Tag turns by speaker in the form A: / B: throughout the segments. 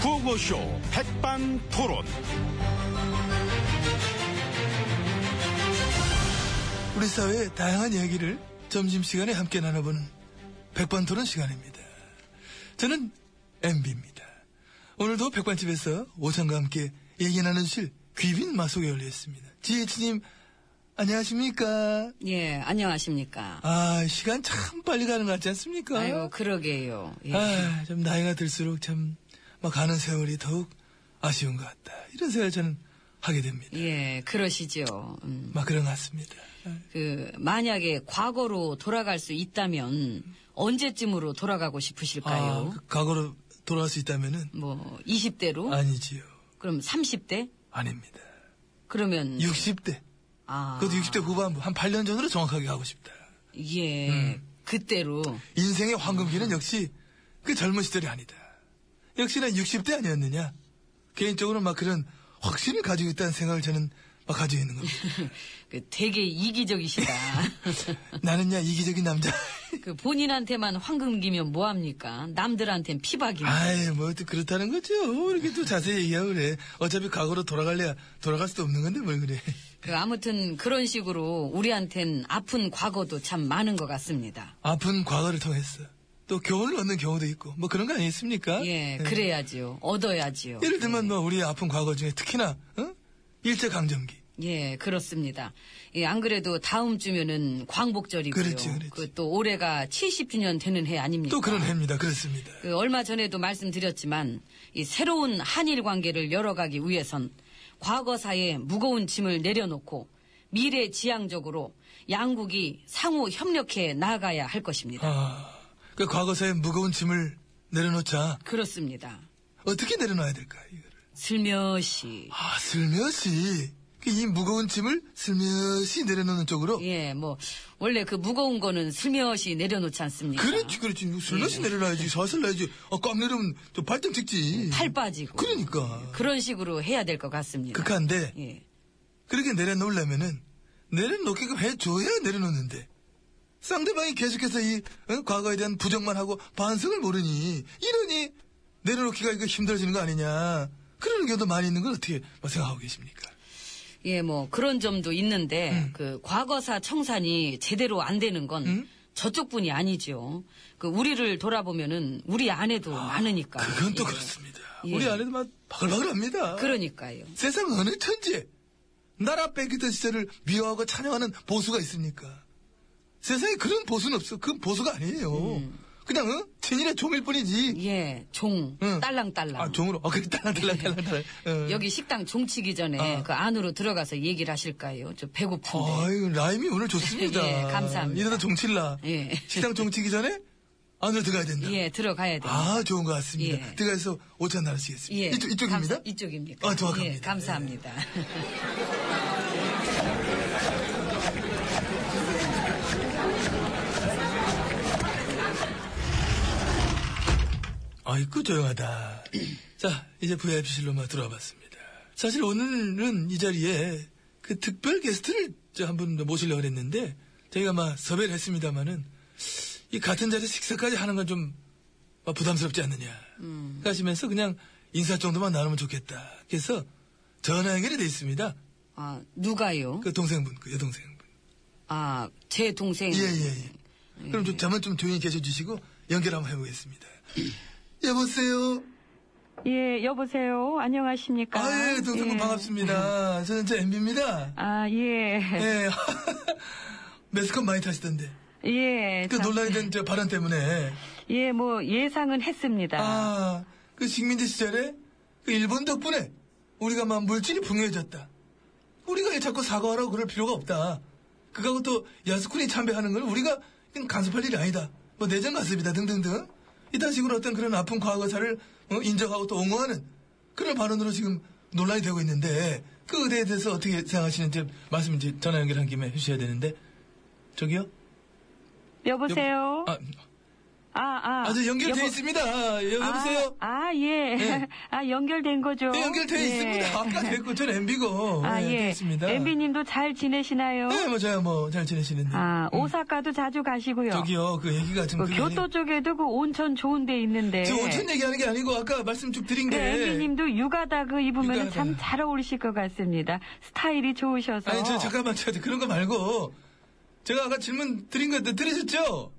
A: 구호쇼 백반토론.
B: 우리 사회의 다양한 이야기를 점심시간에 함께 나눠보는 백반토론 시간입니다. 저는 MB입니다. 오늘도 백반집에서 오찬과 함께 얘기 나누실 귀빈 마속에 올렸습니다. 지혜치님, 안녕하십니까?
C: 예, 안녕하십니까.
B: 아, 시간 참 빨리 가는 것 같지 않습니까?
C: 아이고, 그러게요. 예.
B: 아, 좀 나이가 들수록 참, 막 가는 세월이 더욱 아쉬운 것 같다. 이런 생각을 저는 하게 됩니다.
C: 예, 그러시죠. 음,
B: 막 그런 것 같습니다. 아,
C: 그, 만약에 과거로 돌아갈 수 있다면 언제쯤으로 돌아가고 싶으실까요?
B: 그 과거로 돌아갈 수 있다면은
C: 뭐, 20대로?
B: 아니지요.
C: 그럼 30대?
B: 아닙니다.
C: 그러면.
B: 60대.
C: 음. 아.
B: 그것도 60대 후반부. 한 8년 전으로 정확하게 가고 싶다.
C: 예,
B: 음.
C: 그때로.
B: 인생의 황금기는 역시 그 젊은 시절이 아니다. 역시나 60대 아니었느냐. 개인적으로 막 그런 확신을 가지고 있다는 생각을 저는 막 가지고 있는 겁니다.
C: 그 되게 이기적이시다.
B: 나는야 이기적인 남자.
C: 그 본인한테만 황금기면 뭐합니까? 남들한텐 피박이네.
B: 아이, 뭐, 또 그렇다는 거죠. 이렇게 또 자세히 얘기하고 그래. 어차피 과거로 돌아갈래야 돌아갈 수도 없는 건데 뭘 그래.
C: 그 아무튼 그런 식으로 우리한텐 아픈 과거도 참 많은 것 같습니다.
B: 아픈 과거를 통해서 또 교훈을 얻는 경우도 있고 뭐 그런 거 아니겠습니까?
C: 예,
B: 네.
C: 그래야지요. 얻어야지요.
B: 예를 들면 뭐 우리 아픈 과거 중에 특히나 어? 일제 강점기.
C: 예, 그렇습니다. 예, 안 그래도 다음 주면은 광복절이고요.
B: 그렇지, 그렇지.
C: 그또 올해가 70주년 되는 해 아닙니까?
B: 또 그런 해입니다. 그렇습니다.
C: 그 얼마 전에도 말씀드렸지만 이 새로운 한일 관계를 열어가기 위해선 과거사에 무거운 짐을 내려놓고 미래 지향적으로 양국이 상호 협력해 나가야 할 것입니다.
B: 아, 그 과거사의 무거운 짐을 내려놓자
C: 그렇습니다.
B: 어떻게 내려놔야 될까 이거를?
C: 슬며시
B: 아, 슬며시 그이 무거운 짐을 슬며시 내려놓는 쪽으로.
C: 예, 뭐 원래 그 무거운 거는 슬며시 내려놓지 않습니까?
B: 그렇지, 그렇지.
C: 예.
B: 슬며시 내려놔야지. 사슬 나야지. 아, 꽉 내려면 저 발등 찍지.
C: 팔 빠지고.
B: 그러니까.
C: 그런 식으로 해야 될 것 같습니다.
B: 극한데
C: 예.
B: 그렇게 내려놓으려면은 내려놓게끔 해줘야 내려놓는데 상대방이 계속해서 이 어? 과거에 대한 부정만 하고 반성을 모르니 이러니 내려놓기가 이거 힘들어지는 거 아니냐 그런 경우도 많이 있는 걸 어떻게 뭐 생각하고 계십니까?
C: 예, 뭐 그런 점도 있는데
B: 음.
C: 그 과거사 청산이 제대로 안 되는 건 저쪽뿐이 아니죠. 그 우리를 돌아보면은 우리 안에도 많으니까.
B: 그건 또
C: 예.
B: 그렇습니다.
C: 예.
B: 우리 안에도 막 바글바글합니다.
C: 그러니까요.
B: 세상 어느 천지에 나라 뺏기던 시절을 미워하고 찬양하는 보수가 있습니까? 세상에 그런 보수는 없어. 그건 보수가 아니에요.
C: 음.
B: 그냥 어? 친일의 종일 뿐이지.
C: 예, 종
B: 응.
C: 딸랑딸랑. 예.
B: 아, 종으로. 어, 그래, 달랑, 달랑, 달랑, 달랑. 어.
C: 여기 식당 종치기 전에
B: 아.
C: 그 안으로 들어가서 얘기를 하실까요? 저 배고픈데.
B: 아유, 라임이 오늘 좋습니다.
C: 예, 감사합니다.
B: 이러다 종칠라.
C: 예.
B: 식당 종치기 전에 안으로 들어가야 된다.
C: 예, 들어가야 돼요.
B: 아, 좋은 것 같습니다.
C: 예.
B: 들어가서 오찬 나누시겠습니다.
C: 예.
B: 이쪽, 이쪽입니다.
C: 감사- 이쪽입니까?
B: 아, 정확합니다.
C: 예, 감사합니다.
B: 아이고, 조용하다. 자, 이제 VIP실로 만 들어와 봤습니다. 사실 오늘은 이 자리에 그 특별 게스트를 한 분 모시려고 했는데, 저희가 막 섭외를 했습니다마는, 이 같은 자리에 식사까지 하는 건좀 막 부담스럽지 않느냐. 하시면서 그냥 인사 정도만 나누면 좋겠다. 그래서 전화 연결이 돼 있습니다.
C: 아, 누가요?
B: 그 동생분, 그 여동생분.
C: 아, 제 동생.
B: 예, 예, 예. 그럼 좀 잠깐 좀 조용히 계셔 주시고 연결 한번 해보겠습니다. 여보세요.
C: 예, 여보세요. 안녕하십니까?
B: 아, 예, 동생분 반갑습니다. 저는 저 MB입니다.
C: 아, 예.
B: 예. 매스컴 많이 타시던데.
C: 예.
B: 그
C: 참,
B: 논란이 된 저 발언 때문에.
C: 예, 뭐, 예상은 했습니다.
B: 아, 그 식민지 시절에 그 일본 덕분에 우리가 막 물질이 풍요해졌다. 우리가 자꾸 사과하라고 그럴 필요가 없다. 그거하고 또 야스쿠니 참배하는 걸 우리가 그냥 간섭할 일이 아니다. 뭐 내정 간섭이다 등등등. 이딴 식으로 어떤 그런 아픈 과거사를 어, 인정하고 또 옹호하는 그런 발언으로 지금 논란이 되고 있는데 그 의대에 대해서 어떻게 생각하시는지 말씀 이제 전화 연결한 김에 해주셔야 되는데 저기요?
D: 여보세요?
B: 아,
C: 아, 아.
B: 아주 연결돼
C: 어? 여보-
B: 있습니다. 여, 보세요
C: 아, 아, 예.
B: 네.
C: 아, 연결된 거죠?
B: 네, 연결돼
C: 예.
B: 있습니다. 아까 됐고, 전 MB고. 네,
C: 아, 예.
B: 됐습니다.
C: 엠비님도 잘 지내시나요?
B: 네, 뭐, 제가 뭐, 잘 지내시는데.
C: 아, 오사카도 자주 가시고요.
B: 저기요, 그 얘기가 좀.
C: 그
B: 그게
C: 교토
B: 아니-
C: 쪽에도 그 온천 좋은 데 있는데.
B: 저 온천 얘기하는 게 아니고, 아까 말씀 쭉 드린 게.
C: 네, 엠비님도 육아다그 입으면
B: 육아다그.
C: 참 잘 어울리실 것 같습니다. 스타일이 좋으셔서.
B: 아니, 저, 잠깐만, 저, 그런 거 말고. 제가 아까 질문 드린 거 들으셨죠?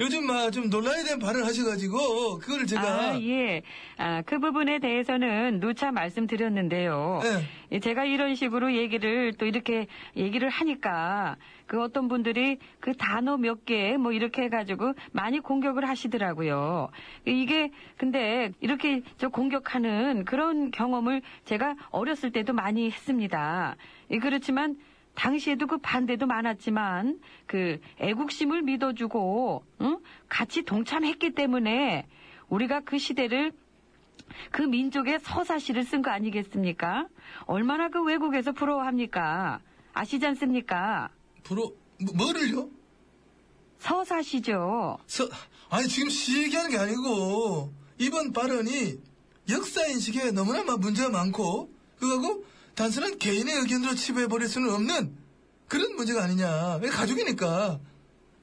B: 요즘 막 좀 논란에 대한 발언을 하셔가지고, 그거를 제가.
C: 아, 예. 아, 그 부분에 대해서는 누차 말씀드렸는데요.
B: 네.
C: 예, 제가 이런 식으로 얘기를 또 이렇게 얘기를 하니까 그 어떤 분들이 그 단어 몇 개 뭐 이렇게 해가지고 많이 공격을 하시더라고요. 이게 근데 이렇게 저 공격하는 그런 경험을 제가 어렸을 때도 많이 했습니다. 예, 그렇지만 당시에도 그 반대도 많았지만 그 애국심을 믿어주고 응? 같이 동참했기 때문에 우리가 그 시대를 그 민족의 서사시를 쓴 거 아니겠습니까? 얼마나 그 외국에서 부러워합니까? 아시지 않습니까?
B: 부러, 뭐, 뭐를요?
C: 서사시죠.
B: 서, 아니 지금 시 얘기하는 게 아니고 이번 발언이 역사 인식에 너무나 막 문제가 많고 그거고 단순한 개인의 의견으로 치부해 버릴 수는 없는 그런 문제가 아니냐 왜 가족이니까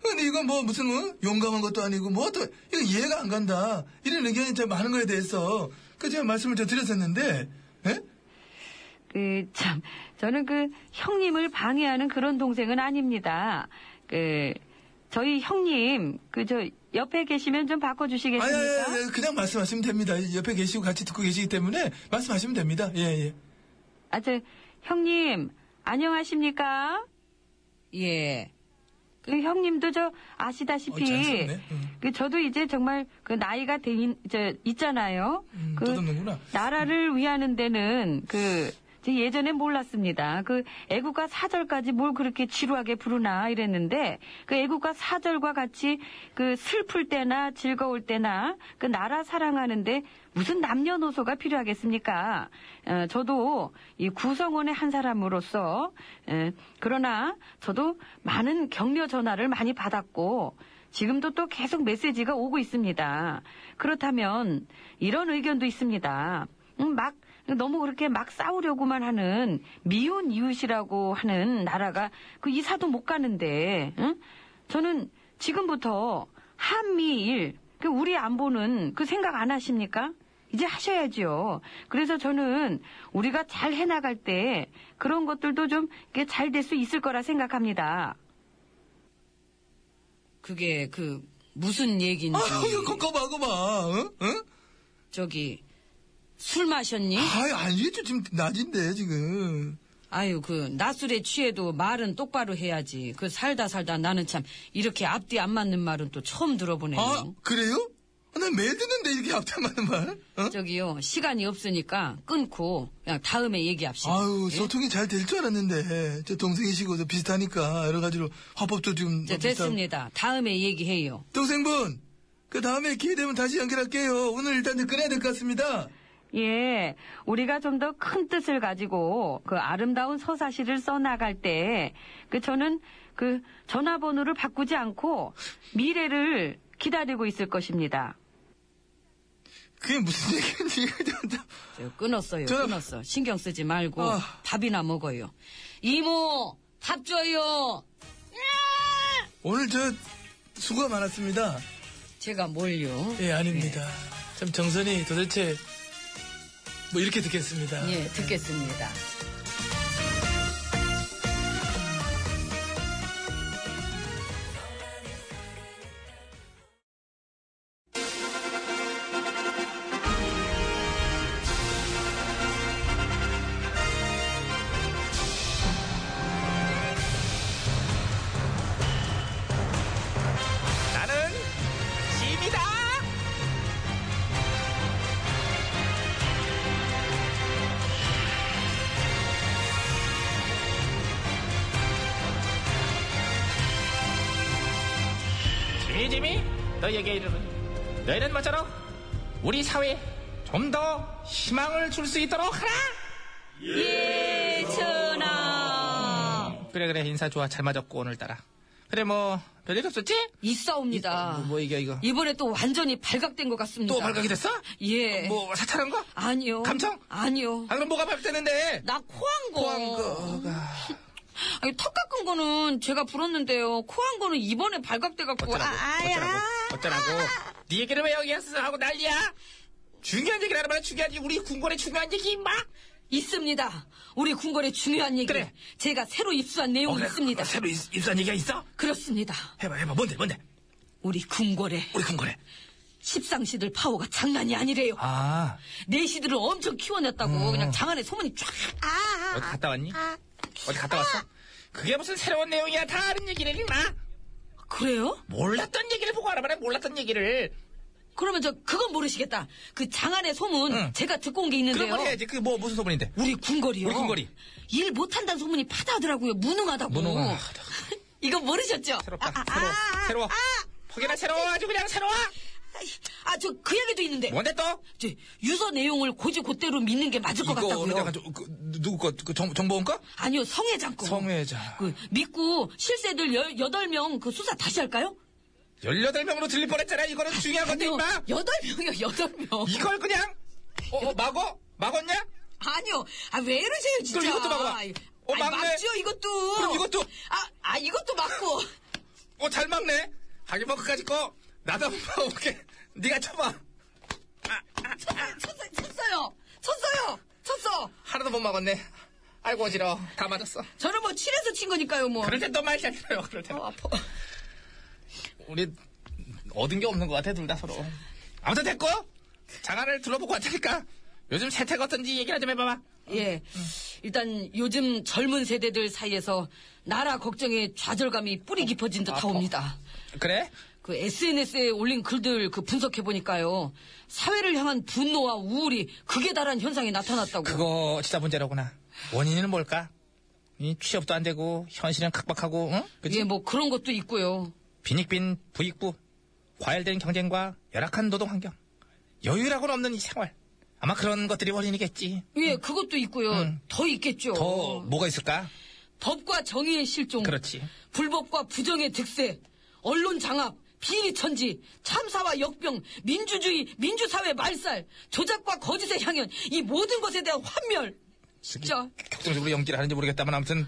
B: 근데 이건 뭐 무슨 어? 용감한 것도 아니고 뭐 또 이거 이해가 안 간다 이런 의견이 참 많은 거에 대해서 그 제가 말씀을 저 드렸었는데 예?
C: 그, 참, 저는 그 형님을 방해하는 그런 동생은 아닙니다. 그, 저희 형님, 그, 저, 옆에 계시면 좀
B: 아, 예,
C: 바꿔주시겠습니까?
B: 예, 예, 그냥 말씀하시면 됩니다. 옆에 계시고 같이 듣고 계시기 때문에 말씀하시면 됩니다. 예, 예.
C: 아, 저, 형님, 안녕하십니까?
E: 예.
C: 그 형님도 저
B: 어,
C: 아시다시피
B: 자연스럽네. 응.
C: 그 저도 이제 정말 그 나이가 되 이제 있잖아요.
B: 음,
C: 그
B: 떠듬는구나.
C: 나라를 위하는 데는 그 제 예전엔 몰랐습니다. 그 애국가 사절까지 뭘 그렇게 지루하게 부르나 이랬는데 그 애국가 사절과 같이 그 슬플 때나 즐거울 때나 그 나라 사랑하는데 무슨 남녀노소가 필요하겠습니까? 어, 저도 이 구성원의 한 사람으로서 에, 그러나 저도 많은 격려 전화를 많이 받았고 지금도 또 계속 메시지가 오고 있습니다. 그렇다면 이런 의견도 있습니다. 음, 막 너무 그렇게 막 싸우려고만 하는 미운 이웃이라고 하는 나라가 그 이사도 못 가는데 응? 저는 지금부터 한미일 그 우리 안보는 그 생각 안 하십니까? 이제 하셔야지요. 그래서 저는 우리가 잘 해나갈 때 그런 것들도 좀 잘 될 수 있을 거라 생각합니다.
E: 그게 그 무슨 얘기인지
B: 아, 이거 꼼꼼하고 막, 어? 어?
E: 저기 술 마셨니?
B: 아유, 알겠죠. 지금 낮인데, 지금.
E: 아유 그 낮술에 취해도 말은 똑바로 해야지. 그 살다 살다 나는 참 이렇게 앞뒤 안 맞는 말은 또 처음 들어보네요.
B: 아, 그래요? 아, 난 매일 듣는데, 이렇게 앞담하는 말? 어?
E: 저기요 시간이 없으니까 끊고 그냥 다음에 얘기합시다.
B: 아유,
E: 예?
B: 소통이 잘 될 줄 알았는데, 저 동생이시고 저 비슷하니까, 여러 가지로 화법도 지금.
E: 이제
B: 뭐 비슷하고.
E: 네, 됐습니다. 다음에 얘기해요.
B: 동생분, 그 다음에 기회 되면 다시 연결할게요. 오늘 일단 이제 끊어야 될 것 같습니다.
C: 예, 우리가 좀 더 큰 뜻을 가지고 그 아름다운 서사시를 써나갈 때, 그 저는 그 전화번호를 바꾸지 않고 미래를 기다리고 있을 것입니다.
B: 그게 무슨 얘기인지, 진짜.
E: 저 끊었어요.
B: 저-
E: 끊었어. 신경 쓰지 말고
B: 아.
E: 밥이나 먹어요. 이모 밥 줘요.
B: 오늘 저, 수고가 많았습니다.
E: 제가 뭘요?
B: 예, 아닙니다.
E: 네.
B: 참 정선이 도대체, 뭐 이렇게 듣겠습니다.
E: 예 듣겠습니다.
F: 나는 짐이다. 짐이 짐이 너에게 이르는 너희는 모처럼 우리 사회에 좀 더 희망을 줄 수 있도록 하라.
E: 예천아.
F: 그래 그래 인사 좋아 잘 맞았고 오늘따라
B: 그래 뭐 별일 없었지?
C: 있어옵니다.
B: 뭐, 뭐 이게 이거?
C: 이번에 또 완전히 발각된 것 같습니다.
B: 또 발각이 됐어?
C: 예.
B: 뭐 사찰한 거?
C: 아니요.
B: 감청?
C: 아니요.
B: 아 그럼 뭐가 발각되는데?
C: 나 코한 거.
B: 포함 거가
C: 아니, 턱 깎은 거는 제가 불었는데요. 코한 거는 이번에 발각돼갖고.
B: 어쩌라고? 어쩌라고?
C: 아야.
B: 어쩌라고? 네 얘기를 왜 여기 왔어 하고 난리야? 중요한 얘기를 하면 중요하지 우리 군권의 중요한 얘기 임마?
C: 있습니다. 우리 궁궐의 중요한 얘기.
B: 그래.
C: 제가 새로 입수한
B: 어,
C: 내용이
B: 그래,
C: 있습니다.
B: 그거 새로 입- 입사한 얘기가 있어?
C: 그렇습니다.
B: 해봐 해봐 뭔데 뭔데?
C: 우리 궁궐에
B: 우리 군권에
C: 십상시들 파워가 장난이 아니래요.
B: 아
C: 내시들을 엄청 키워냈다고
B: 음.
C: 그냥 장 안에 소문이 쫙. 아,
B: 어디 갔다 왔니? 어디 갔다 왔어? 그게 무슨 새로운 내용이야 다 아는 얘기를 임마
C: 그래요?
B: 몰랐던 얘기를 보고 알아봐라 몰랐던 얘기를
C: 그러면 저 그건 모르시겠다. 그 장 안의 소문
B: 응.
C: 제가 듣고 온 게
B: 음. 그런
C: 있는데요.
B: 걸 해야지 그 뭐 무슨 소문인데
C: 우리 궁궐이요.
B: 우리 궁궐이.
C: 일 못한다는 소문이 파다하더라고요. 무능하다고.
B: 무능하다.
C: 이건 모르셨죠?
B: 새롭다
C: 아, 아,
B: 새로워
C: 아,
B: 새로워
C: 아,
B: 포기나 새로워 아주 그냥 새로워
C: 아, 저 그 얘기도 있는데.
B: 뭔데 또?
C: 저 유서 내용을 고지 곧대로 믿는 게 맞을 것 같다고요.
B: 가지고 그, 누구 거? 그 정, 정보원 거?
C: 아니요, 성회장 거.
B: 성회장.
C: 그, 믿고 실세들 열, 여덟 명 그 수사 다시 할까요?
B: 18명으로 들릴 뻔했잖아 이거는 중요한 건데
C: 아니요,
B: 임마
C: 여덟 명이요, 여덟 명.
B: 이걸 그냥 어, 어 막어? 막었냐?
C: 아니요, 아, 왜 이러세요, 진짜.
B: 그럼 이것도 막아봐. 어,
C: 아니,
B: 막네.
C: 막지요, 이것도.
B: 그럼 이것도.
C: 아, 아, 이것도 막고.
B: 어 잘 막네 하긴 뭐 그까짓 거 나도 한번 볼게 네가 쳐봐 아,
C: 아, 쳤, 쳤, 쳤어요. 쳤어요. 쳤어.
B: 하나도 못 막았네 아이고 어지러워 다 맞았어
C: 저는 뭐, 칠해서 친 거니까요, 뭐.
B: 그럴 땐 또말 잘 들어요 그럴 땐
C: 어, 아파.
B: 우리 얻은 게 없는 것 같아 둘 다 서로 아무튼 됐고 장안을 둘러보고 왔다니까 요즘 세태가 어떤지 얘기나 좀 해봐봐
C: 예. 일단, 요즘 젊은 세대들 사이에서 나라 걱정에 좌절감이 뿌리 깊어진 듯 하옵니다.
B: 그래?
C: 그 SNS에 올린 글들 그 분석해 보니까요 사회를 향한 분노와 우울이 극에 달한 현상이 나타났다고.
B: 그거 진짜 문제라구나 원인은 뭘까? 이 취업도 안 되고 현실은 각박하고 응? 그치?
C: 예, 뭐 그런 것도 있고요.
B: 빈익빈 부익부 과열된 경쟁과 열악한 노동 환경 여유라고는 없는 이 생활 아마 그런 것들이 원인이겠지
C: 예, 그것도 있고요. 더 있겠죠.
B: 음. 더 뭐가 있을까?
C: 법과 정의의 실종.
B: 그렇지.
C: 불법과 부정의 득세. 언론 장악. 비리 천지, 참사와 역병, 민주주의, 민주사회 말살, 조작과 거짓의 향연, 이 모든 것에 대한 환멸. 진짜.
B: 격정적으로 연기를 하는지 모르겠다만 아무튼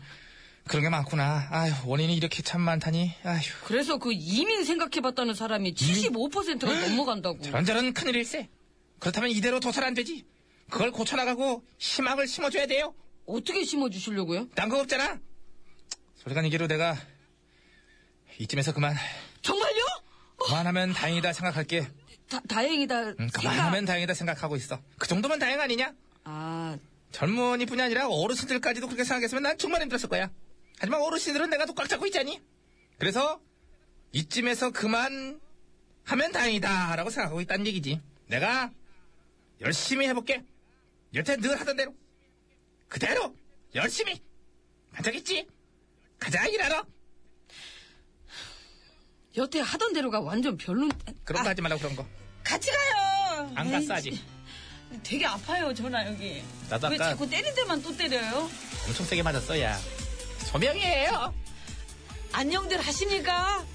B: 그런 게 많구나 아유 원인이 이렇게 참 많다니 아휴
C: 그래서 그 이민 생각해봤다는 사람이 75%가 넘어간다고.
B: 저런저런 큰일일세. 그렇다면 이대로 도살 안 되지. 그걸 고쳐나가고 희망을 심어줘야 돼요.
C: 어떻게 심어주시려고요?
B: 난 거 없잖아. 솔직한 얘기로 내가 이쯤에서 그만
C: 정말요?
B: 그만하면 다행이다 생각할게.
C: 다, 다행이다.
B: 응, 음, 그만하면 다행이다 생각하고 있어. 그 정도면 다행 아니냐?
C: 아,
B: 젊은이뿐이 아니라 어르신들까지도 그렇게 생각했으면 난 정말 힘들었을 거야. 하지만 어르신들은 내가 또 꽉 잡고 있잖니. 그래서 이쯤에서 그만 하면 다행이다라고 생각하고 있다는 얘기지. 내가 열심히 해볼게. 여태 늘 하던 대로 그대로 열심히 가자겠지. 가자 일하러.
C: 여태 하던 대로가 완전 별론. 아,
B: 그런 거 하지 말라고 그런 거.
C: 같이 가요.
B: 안
C: 에이,
B: 갔어 아직.
C: 되게 아파요, 전화 여기.
B: 나도
C: 왜
B: 아까-
C: 자꾸 때릴 때만 또 때려요?
B: 엄청 세게 맞았어 야. 소명이에요.
C: 안녕들 하십니까?